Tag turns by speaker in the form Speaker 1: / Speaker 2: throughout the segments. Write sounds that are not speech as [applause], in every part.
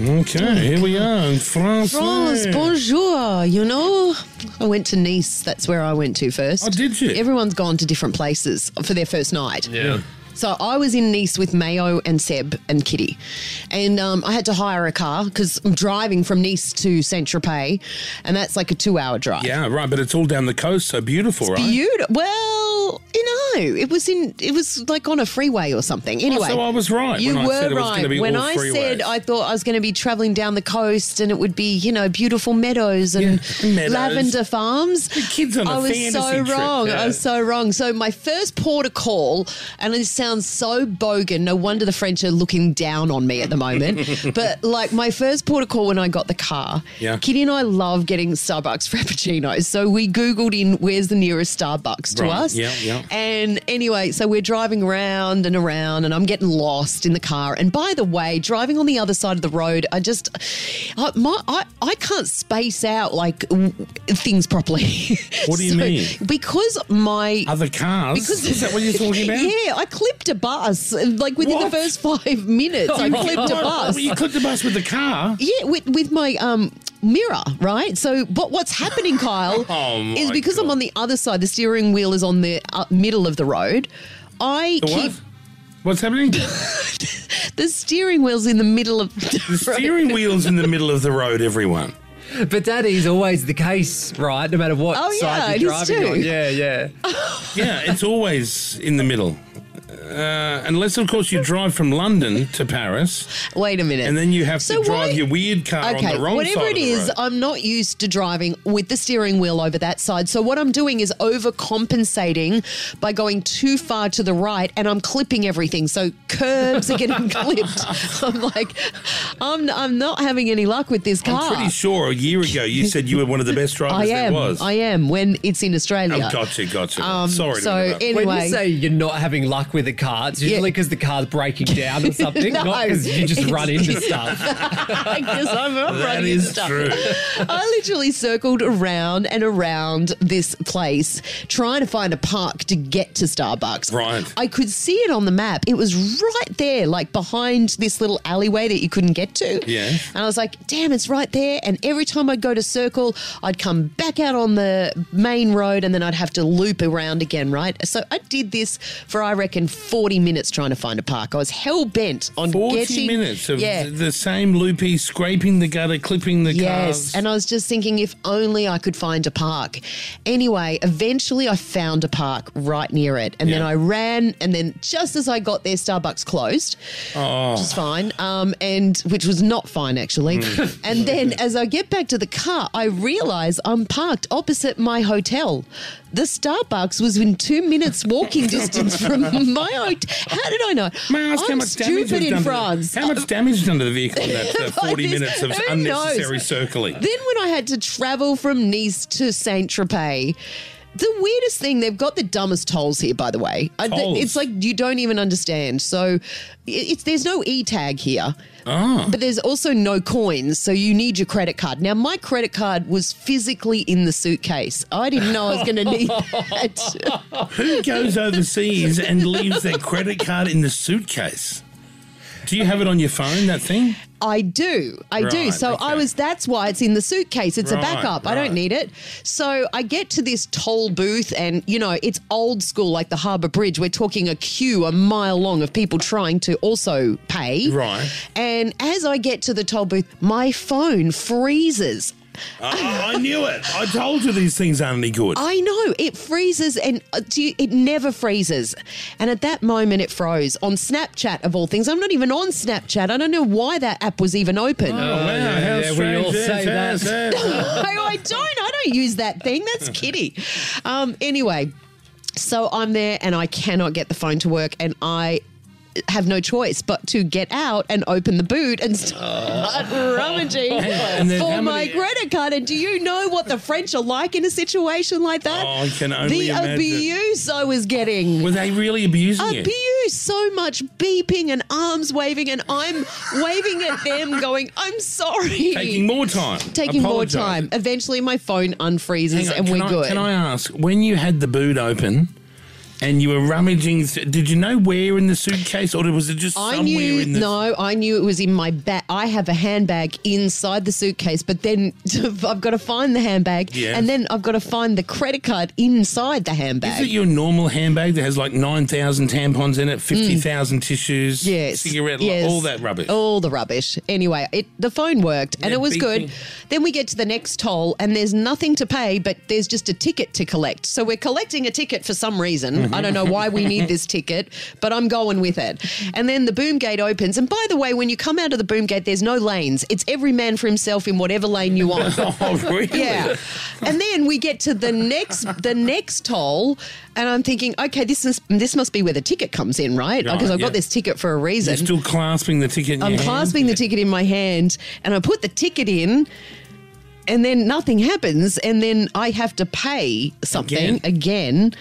Speaker 1: Okay, here we are in France.
Speaker 2: France, bonjour. You know, I went to Nice. That's where I went to first.
Speaker 1: Oh, did you?
Speaker 2: Everyone's gone to different places for their first night.
Speaker 3: Yeah.
Speaker 2: So I was in Nice with Mayo and Seb and Kitty, and um, I had to hire a car because I'm driving from Nice to Saint Tropez, and that's like a two-hour drive.
Speaker 1: Yeah, right, but it's all down the coast, so beautiful, right?
Speaker 2: Beautiful. Well, you know, it was in. It was like on a freeway or something. Anyway,
Speaker 1: Oh, so I was right
Speaker 2: You
Speaker 1: when I
Speaker 2: were
Speaker 1: said it was
Speaker 2: right
Speaker 1: gonna be
Speaker 2: when
Speaker 1: all
Speaker 2: I
Speaker 1: freeways.
Speaker 2: said I thought I was going to be traveling down the coast and it would be you know beautiful meadows and
Speaker 1: Yeah, meadows.
Speaker 2: lavender farms.
Speaker 1: The kids on a
Speaker 2: I was
Speaker 1: fantasy
Speaker 2: so
Speaker 1: trip,
Speaker 2: wrong.
Speaker 1: yeah.
Speaker 2: I was so wrong. So my first port of call, and it sounds so bogan. No wonder the French are looking down on me at the
Speaker 1: [laughs]
Speaker 2: moment. but like my first port of call when I got the car,
Speaker 1: Yeah.
Speaker 2: Kitty and I love getting Starbucks [laughs] frappuccinos. So we googled in where's the nearest Starbucks to
Speaker 1: Right.
Speaker 2: us.
Speaker 1: Yeah, yeah.
Speaker 2: And anyway, so we're driving around and around, and I'm getting lost in the car. And by the way, driving on the other side of the road, I just, I, my, I, I can't space out like w- things properly.
Speaker 1: What
Speaker 2: [laughs]
Speaker 1: do you mean?
Speaker 2: Because my.
Speaker 1: Other cars. Is that what you're talking about?
Speaker 2: [laughs] Yeah, I clipped a bus like within
Speaker 1: What? Oh
Speaker 2: the first five minutes. I clipped a
Speaker 1: What?
Speaker 2: bus.
Speaker 1: You clipped a bus with the car.
Speaker 2: Yeah, with, with my um, mirror, right? So, but what's happening, Kyle,
Speaker 1: [laughs] Oh, my
Speaker 2: is because I'm
Speaker 1: God.
Speaker 2: on the other side, the steering wheel is on the uh, middle of the road. I
Speaker 1: The
Speaker 2: keep
Speaker 1: what? What's
Speaker 2: [laughs]
Speaker 1: happening?
Speaker 2: the steering wheel's in the middle of the,
Speaker 1: The
Speaker 2: [laughs] road.
Speaker 1: steering wheel's in the middle of the road, everyone.
Speaker 3: But that is always the case, right? No matter what
Speaker 2: Oh, yeah,
Speaker 3: side
Speaker 2: it
Speaker 3: you're
Speaker 2: is
Speaker 3: driving
Speaker 2: too.
Speaker 3: on. Yeah, yeah.
Speaker 1: Yeah, it's always in the middle. Uh, unless, of course, you drive from London to Paris,
Speaker 2: Wait a minute.
Speaker 1: and then you have
Speaker 2: So
Speaker 1: to drive
Speaker 2: why-
Speaker 1: your weird car
Speaker 2: Okay,
Speaker 1: on the wrong
Speaker 2: whatever
Speaker 1: side
Speaker 2: it is,
Speaker 1: of the road.
Speaker 2: I'm not used to driving with the steering wheel over that side. So what I'm doing is overcompensating by going too far to the right, and I'm clipping everything. So curbs are getting [laughs] clipped. I'm like, I'm I'm not having any luck with this car.
Speaker 1: I'm pretty sure a year ago you said you were one of the best drivers
Speaker 2: [laughs] I
Speaker 1: there
Speaker 2: am.
Speaker 1: was.
Speaker 2: I am when it's in Australia.
Speaker 1: Oh,
Speaker 2: [laughs]
Speaker 1: gotcha, gotcha.
Speaker 2: Um,
Speaker 1: Sorry.
Speaker 2: so
Speaker 1: to interrupt.
Speaker 2: it-
Speaker 3: When
Speaker 2: Anyway.
Speaker 3: you say you're not having luck with the car, it's usually
Speaker 2: Yeah.
Speaker 3: because the car's breaking down
Speaker 2: [laughs]
Speaker 3: or something,
Speaker 2: No,
Speaker 3: not because you just
Speaker 2: it's- [laughs]
Speaker 3: run into stuff.
Speaker 1: [laughs]
Speaker 2: Because I'm, I'm
Speaker 1: that
Speaker 2: running into
Speaker 1: is
Speaker 2: stuff.
Speaker 1: true.
Speaker 2: [laughs] I literally circled around and around this place trying to find a park to get to Starbucks.
Speaker 1: Right.
Speaker 2: I could see it on the map. It was right there, like behind this little alleyway that you couldn't get to.
Speaker 1: Yeah.
Speaker 2: And I was like, damn, it's right there. And every time I'd go to circle, I'd come back out on the main road and then I'd have to loop around again, right? So I did this for, I reckon, 40 minutes trying to find a park. I was hell bent on
Speaker 1: 40
Speaker 2: getting.
Speaker 1: minutes of
Speaker 2: yeah.
Speaker 1: th- the same loopy, scraping the gutter, clipping the
Speaker 2: Yes,
Speaker 1: cars.
Speaker 2: and I was just thinking if only I could find a park. Anyway, eventually I found a park right near it, and then
Speaker 1: Yeah.
Speaker 2: I ran, and then just as I got there, Starbucks closed,
Speaker 1: Oh.
Speaker 2: which was fine, um, and which was not fine actually.
Speaker 1: Mm.
Speaker 2: [laughs] and then as I get back to the car, I realise I'm parked opposite my hotel. The Starbucks was in two minutes walking [laughs] distance from my hotel. How did I know?
Speaker 1: May I ask
Speaker 2: I'm
Speaker 1: how much damage
Speaker 2: stupid
Speaker 1: was
Speaker 2: in
Speaker 1: done
Speaker 2: France.
Speaker 1: To the, how much damage was done to the vehicle in
Speaker 2: [laughs]
Speaker 1: that uh,
Speaker 2: By
Speaker 1: 40
Speaker 2: this-
Speaker 1: minutes of
Speaker 2: who
Speaker 1: unnecessary
Speaker 2: knows?
Speaker 1: circling?
Speaker 2: [laughs] Then when I had to travel from Nice to Saint Tropez, the weirdest thing they've got the dumbest tolls here. By the way, I- th-
Speaker 1: Tolls?
Speaker 2: it's like you don't even understand. So i- it's there's no e tag here. But there's also no coins, so you need your credit card. Now, my credit card was physically in the suitcase. I didn't know I was going to need that.
Speaker 1: Who goes overseas and leaves their credit card in the suitcase? Do you have it on your phone, that thing?
Speaker 2: I do. I do.
Speaker 1: Right,
Speaker 2: So I
Speaker 1: okay.
Speaker 2: was that's why it's in the suitcase. It's a
Speaker 1: Right,
Speaker 2: backup. I
Speaker 1: right.
Speaker 2: don't need it. So I get to this toll booth and you know, it's old school like the harbour bridge. We're talking a queue a mile long of people trying to also pay.
Speaker 1: Right.
Speaker 2: And as I get to the toll booth, my phone freezes.
Speaker 1: [laughs] I, I knew it. I told you these things aren't any good.
Speaker 2: I know it freezes, and uh, do you, it never freezes. And at that moment, it froze on Snapchat of all things. I'm not even on Snapchat. I don't know why that app was even open.
Speaker 1: Oh, wow,
Speaker 3: yeah,
Speaker 1: how
Speaker 3: yeah, we
Speaker 1: strange
Speaker 3: all
Speaker 1: is
Speaker 3: say
Speaker 1: this,
Speaker 3: that.
Speaker 1: eh?
Speaker 2: no, [laughs] I don't. I don't use that thing. That's kitty. Um, anyway, so I'm there and I cannot get the phone to work and I have no choice but to get out and open the boot and start rummaging
Speaker 1: Oh. And then how
Speaker 2: for my
Speaker 1: many-
Speaker 2: credit card. And do you know what the French are like in a situation like that?
Speaker 1: Oh, I can only
Speaker 2: the
Speaker 1: imagine.
Speaker 2: abuse I was getting
Speaker 1: Were they really abusing
Speaker 2: Uh,
Speaker 1: you?
Speaker 2: abuse so much beeping and arms waving and i'm waving at them going i'm sorry
Speaker 1: Taking more time.
Speaker 2: Taking
Speaker 1: Apologise.
Speaker 2: more time eventually my phone
Speaker 1: Hang
Speaker 2: unfreezes
Speaker 1: on,
Speaker 2: and
Speaker 1: can
Speaker 2: we're
Speaker 1: I,
Speaker 2: good
Speaker 1: Can I ask, when you had the boot open, and you were rummaging. th- Did you know where in the suitcase, or was it just
Speaker 2: I
Speaker 1: somewhere
Speaker 2: knew
Speaker 1: in the?
Speaker 2: no, I knew it was in my bag. I have a handbag inside the suitcase, but then [laughs] I've got to find the handbag,
Speaker 1: Yeah.
Speaker 2: and then I've got to find the credit card inside the handbag.
Speaker 1: Is it your normal handbag that has like 9,000 tampons in it, 50,000 tissues,
Speaker 2: Mm. Yes.
Speaker 1: cigarette,
Speaker 2: yes.
Speaker 1: all that rubbish?
Speaker 2: All the rubbish. Anyway, it the phone worked and
Speaker 1: Yeah,
Speaker 2: it was
Speaker 1: beep,
Speaker 2: good.
Speaker 1: beep.
Speaker 2: Then we get to the next toll and there's nothing to pay, but there's just a ticket to collect. So we're collecting a ticket for some reason.
Speaker 1: Mm-hmm.
Speaker 2: I don't know why we need this ticket, but I'm going with it. And then the boom gate opens. And by the way, when you come out of the boom gate, there's no lanes. It's every man for himself in whatever lane you
Speaker 1: [laughs] [laughs]
Speaker 2: want.
Speaker 1: Oh, really?
Speaker 2: [laughs] Yeah. And then we get to the next the next toll and I'm thinking, okay, this is this must be where the ticket comes in, right?
Speaker 1: Right,
Speaker 2: Because I've
Speaker 1: yeah.
Speaker 2: got this ticket for a reason.
Speaker 1: You're still clasping the ticket in
Speaker 2: I'm
Speaker 1: your hand?
Speaker 2: clasping the ticket in my hand and I put the ticket in and then nothing happens and then I have to pay something
Speaker 1: Again.
Speaker 2: again,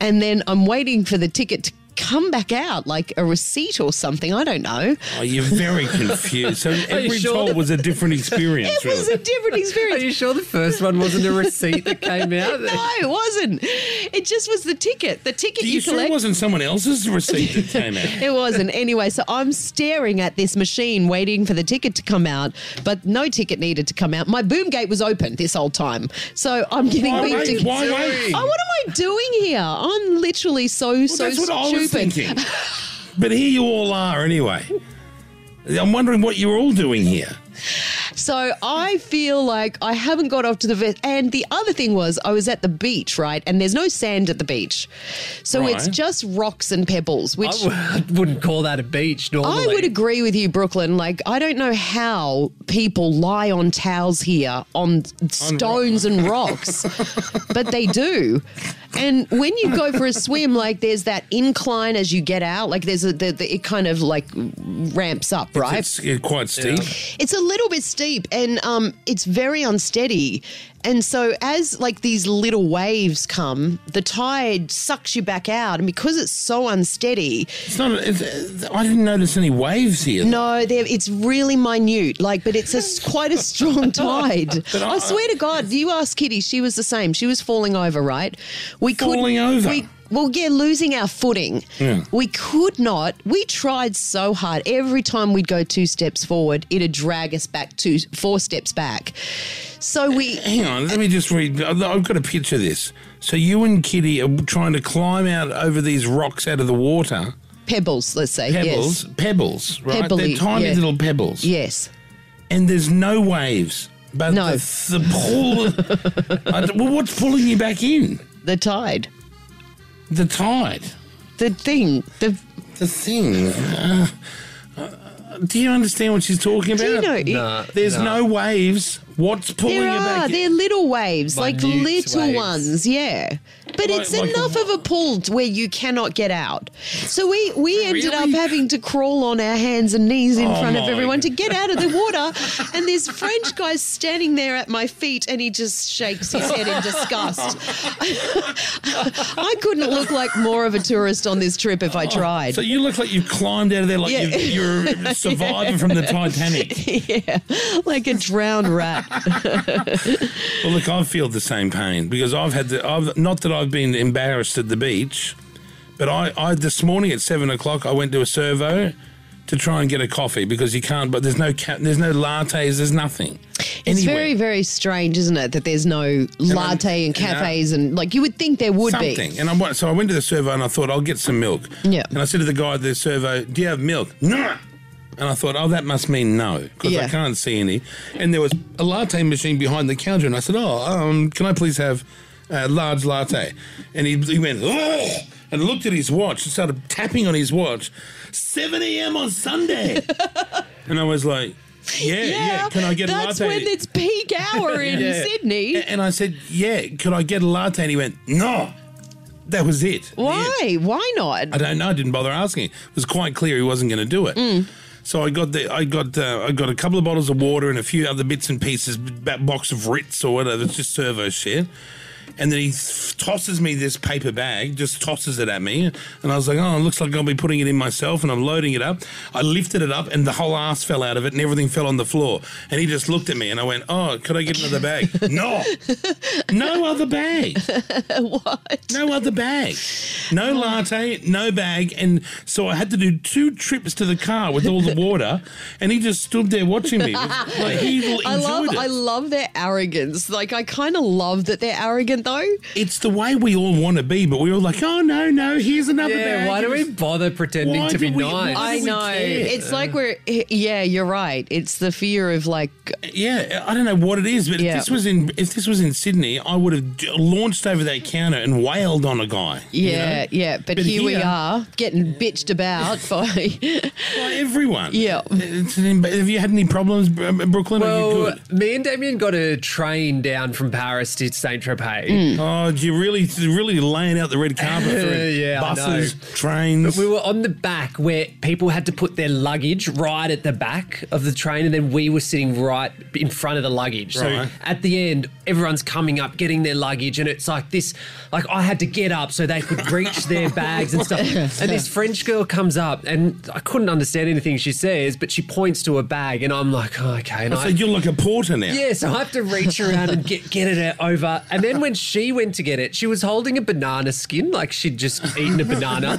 Speaker 2: and then I'm waiting for the ticket to come back out like a receipt or something I don't know
Speaker 1: Oh, you're
Speaker 2: [laughs]
Speaker 1: very confused. So every
Speaker 3: sure?
Speaker 1: toll was a different experience,
Speaker 2: it was
Speaker 1: really.
Speaker 2: a different
Speaker 3: Are
Speaker 2: experience
Speaker 3: you sure the first one wasn't a receipt that
Speaker 2: [laughs]
Speaker 3: came out?
Speaker 2: no it wasn't it just was the ticket the ticket
Speaker 1: Are
Speaker 2: you,
Speaker 1: you sure it
Speaker 2: collect
Speaker 1: wasn't someone else's receipt that came
Speaker 2: [laughs]
Speaker 1: out?
Speaker 2: It wasn't. Anyway, so I'm staring at this machine waiting for the ticket to come out, but no ticket needed to come out. My boom gate was open this whole time. So I'm getting
Speaker 1: Why
Speaker 2: beeped.
Speaker 1: wait?
Speaker 2: ag-
Speaker 1: Why wait?
Speaker 2: Oh, what am I doing here? I'm literally so,
Speaker 1: Well,
Speaker 2: so
Speaker 1: that's what
Speaker 2: stupid.
Speaker 1: I was thinking. [laughs] But here you all are anyway. I'm wondering what you're all doing here.
Speaker 2: So I feel like I haven't got off to the vet. And the other thing was, I was at the beach, right? And there's no sand at the beach. So
Speaker 1: Right.
Speaker 2: it's just rocks and pebbles, which.
Speaker 3: I w- I [laughs] wouldn't call that a beach normally.
Speaker 2: I would agree with you, Brooklyn. Like, I don't know how people lie on towels here on stones and rocks, but they do. And when you go for a swim, like, there's that incline as you get out. Like, there's a, the, the, it kind of like ramps up, right?
Speaker 1: It's uh, quite steep.
Speaker 2: It's a little bit steep and um, it's very unsteady. And so, as like these little waves come, the tide sucks you back out. And because it's so unsteady,
Speaker 1: It's not. It's, uh, I didn't notice any waves here.
Speaker 2: No, they're- it's really minute. Like, but it's a s quite
Speaker 1: [laughs]
Speaker 2: a strong tide. I,
Speaker 1: I-
Speaker 2: swear to God, you ask Kitty, she was the same. She was falling over, right? We
Speaker 1: Falling over?
Speaker 2: We, well, yeah, losing our footing.
Speaker 1: Yeah.
Speaker 2: We could not. We tried so hard. Every time we'd go two steps forward, it'd drag us back two, four steps back. So we.
Speaker 1: Hang on, let me just read. I've I've got a picture of this. So you and Kitty are trying to climb out over these rocks out of the water.
Speaker 2: Pebbles, let's say.
Speaker 1: Pebbles, pebbles, right?
Speaker 2: Pebbly,
Speaker 1: They're tiny
Speaker 2: yeah.
Speaker 1: little pebbles.
Speaker 2: Yes. Yes.
Speaker 1: And there's no waves. But
Speaker 2: No.
Speaker 1: the, the pull. [laughs] I d well, what's pulling you back in?
Speaker 2: The tide.
Speaker 1: The tide.
Speaker 2: The thing. The.
Speaker 1: The thing. Uh, uh, do you understand what she's talking
Speaker 2: Do you
Speaker 1: about?
Speaker 2: know? it-
Speaker 3: Nah,
Speaker 1: There's
Speaker 3: nah.
Speaker 1: no waves. What's pulling
Speaker 2: There
Speaker 1: you
Speaker 2: are.
Speaker 1: back in?
Speaker 2: They're little waves, like
Speaker 3: Minute
Speaker 2: little
Speaker 3: waves.
Speaker 2: ones, yeah. But
Speaker 1: Like-
Speaker 2: it's
Speaker 1: like a
Speaker 2: enough
Speaker 1: wa-
Speaker 2: of a pull to where you cannot get out. So we we ended up
Speaker 1: Really?
Speaker 2: having to crawl on our hands and knees in
Speaker 1: Oh
Speaker 2: front of
Speaker 1: my
Speaker 2: everyone to get out of the water.
Speaker 1: [laughs]
Speaker 2: and this French guy standing there at my feet, and he just shakes his head in disgust. [laughs] I couldn't look like more of a tourist on this trip if I tried.
Speaker 1: Oh, So you look like you've climbed out of there like
Speaker 2: Yeah.
Speaker 1: you've, you're
Speaker 2: [laughs]
Speaker 1: a survivor from the Titanic.
Speaker 2: yeah, like a drowned rat.
Speaker 1: Well, look, I've feel the same pain because I've had the. I've, not that I've been embarrassed at the beach, but I, I this morning at seven o'clock I went to a servo to try and get a coffee because you can't. But there's no ca- there's no lattes. There's nothing.
Speaker 2: It's
Speaker 1: anywhere.
Speaker 2: very, very strange, isn't it, that there's no latte and
Speaker 1: you know,
Speaker 2: cafes and like you would think there would
Speaker 1: something.
Speaker 2: be.
Speaker 1: And I went, so I went to the servo and I thought I'll get some milk.
Speaker 2: Yeah.
Speaker 1: And I said to the guy at the servo, "Do you have milk?" No. And I thought, oh, that must mean no, because I
Speaker 2: Yeah.
Speaker 1: can't see any. And there was a latte machine behind the counter, and I said, oh, um, can I please have a large latte? And he, he went, oh, and looked at his watch and started tapping on his watch, 7 a.m. on
Speaker 2: [laughs]
Speaker 1: Sunday. and I was like, yeah, yeah, can I get a latte?
Speaker 2: that's when it's peak hour
Speaker 1: [laughs]
Speaker 2: in
Speaker 1: Yeah.
Speaker 2: Sydney.
Speaker 1: A- And I said, Yeah, could I get a latte? And he went, No. That was it.
Speaker 2: Why?
Speaker 1: Yeah.
Speaker 2: Why not?
Speaker 1: I don't know. I didn't bother asking. It was quite clear he wasn't going to do it. So I got the I got uh, I got a couple of bottles of water and a few other bits and pieces, b- box of Ritz or whatever. It's just servo shit. And then he th- tosses me this paper bag, just tosses it at me. And I was like, oh, it looks like I'll be putting it in myself. And I'm loading it up. I lifted it up, and the whole ass fell out of it, and everything fell on the floor. And he just looked at me, and I went, oh, could I get another bag? [laughs] no, no other bag.
Speaker 2: [laughs] what? Oh.
Speaker 1: No other bag. No latte, no bag. And so I had to do two trips to the car with all the water. And he just stood there watching
Speaker 2: [laughs]
Speaker 1: me. Like he enjoyed
Speaker 2: I love
Speaker 1: it.
Speaker 2: I love their arrogance. Like I kind of love that they're arrogant though.
Speaker 1: it's the way we all want to be, but we're all like, oh, no, no, here's another
Speaker 3: Yeah,
Speaker 1: bag.
Speaker 3: why do we bother pretending
Speaker 1: Why
Speaker 3: to
Speaker 1: do
Speaker 3: be
Speaker 1: we-
Speaker 3: nice?
Speaker 1: why
Speaker 2: I
Speaker 1: do we
Speaker 2: know.
Speaker 1: care?
Speaker 2: It's like we're yeah, you're right. It's the fear of like
Speaker 1: Yeah, I don't know what it is, but
Speaker 2: Yeah.
Speaker 1: if this was in if this was in Sydney, I would have j- launched over that counter and wailed on a guy. you
Speaker 2: yeah,
Speaker 1: know?
Speaker 2: yeah, but,
Speaker 1: But
Speaker 2: here, we
Speaker 1: here-
Speaker 2: are getting bitched about by
Speaker 1: By everyone.
Speaker 2: Yeah.
Speaker 1: It's an im- have you had any problems, Br- Brooklyn? Are you
Speaker 3: Well,
Speaker 1: good?
Speaker 3: me and Damien got a train down from Paris to Saint Tropez.
Speaker 1: Oh, do you really really laying out the red carpet for
Speaker 3: [laughs] Yeah, I
Speaker 1: buses,
Speaker 3: know.
Speaker 1: trains?
Speaker 3: We were on the back where people had to put their luggage right at the back of the train, and then we were sitting right in front of the luggage.
Speaker 1: Right.
Speaker 3: So at the end, everyone's coming up, getting their luggage, and it's like this like I had to get up so they could reach
Speaker 1: [laughs]
Speaker 3: their bags and stuff. And this French girl comes up, and I couldn't understand anything she says, but she points to a bag, and I'm like, oh, okay. And
Speaker 1: so you're like a porter now.
Speaker 3: yeah, so I have to reach around and get get it over. And then when she went to get it, she was holding a banana skin, like she'd just eaten a banana.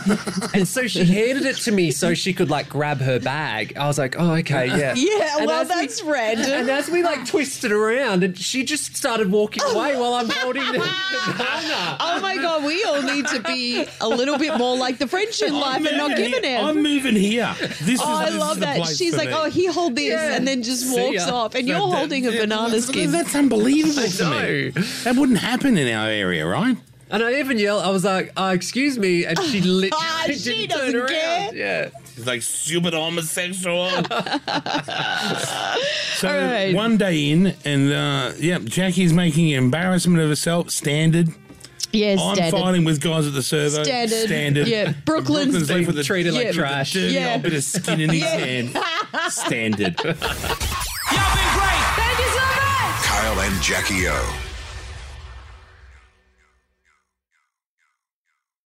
Speaker 3: And so she handed it to me so she could like grab her bag. I was like, oh, okay, yeah.
Speaker 2: [laughs] Yeah,
Speaker 3: And
Speaker 2: well
Speaker 3: as we-
Speaker 2: that's random.
Speaker 3: [laughs] And as we like twisted around, and she just started walking away while I'm holding
Speaker 2: [laughs]
Speaker 3: the banana.
Speaker 2: Oh my god, we all need to be a little bit more like the French in life
Speaker 1: I'm
Speaker 2: and not
Speaker 1: moving
Speaker 2: giving
Speaker 1: here.
Speaker 2: in.
Speaker 1: I'm moving here. This
Speaker 2: Oh,
Speaker 1: Oh, is,
Speaker 2: I
Speaker 1: this is
Speaker 2: love
Speaker 1: the
Speaker 2: that.
Speaker 1: place
Speaker 2: She's
Speaker 1: for
Speaker 2: like,
Speaker 1: me.
Speaker 2: oh, he hold this,
Speaker 3: Yeah.
Speaker 2: and then just
Speaker 3: See
Speaker 2: walks
Speaker 3: ya.
Speaker 2: off, and
Speaker 1: That-
Speaker 2: you're
Speaker 1: that-
Speaker 2: holding a
Speaker 1: that-
Speaker 2: banana
Speaker 1: that's-
Speaker 2: skin. [laughs]
Speaker 1: That's unbelievable to me.
Speaker 3: know.
Speaker 1: That wouldn't happen in our area, right?
Speaker 3: And I even yelled, I was like, oh, excuse me. And she literally
Speaker 2: Ah, [laughs]
Speaker 3: didn't
Speaker 2: she
Speaker 3: turn
Speaker 2: doesn't
Speaker 3: around.
Speaker 2: care.
Speaker 3: Yeah.
Speaker 1: It's like stupid
Speaker 2: [laughs]
Speaker 1: homosexual. so
Speaker 2: All right.
Speaker 1: one day in, and uh, yeah, Jackie's making an embarrassment of herself. Standard.
Speaker 2: Yes,
Speaker 1: I'm fighting with guys at the servo.
Speaker 2: Standard.
Speaker 1: Standard.
Speaker 2: Yeah, Brooklyn's-
Speaker 1: left with a
Speaker 3: Treat her like
Speaker 2: Yeah.
Speaker 3: trash.
Speaker 1: dirty
Speaker 2: Yeah.
Speaker 1: old bit of skin in his
Speaker 2: Yeah. [laughs]
Speaker 1: hand. Standard.
Speaker 4: Y'all been great.
Speaker 5: Kyle and Jackie O.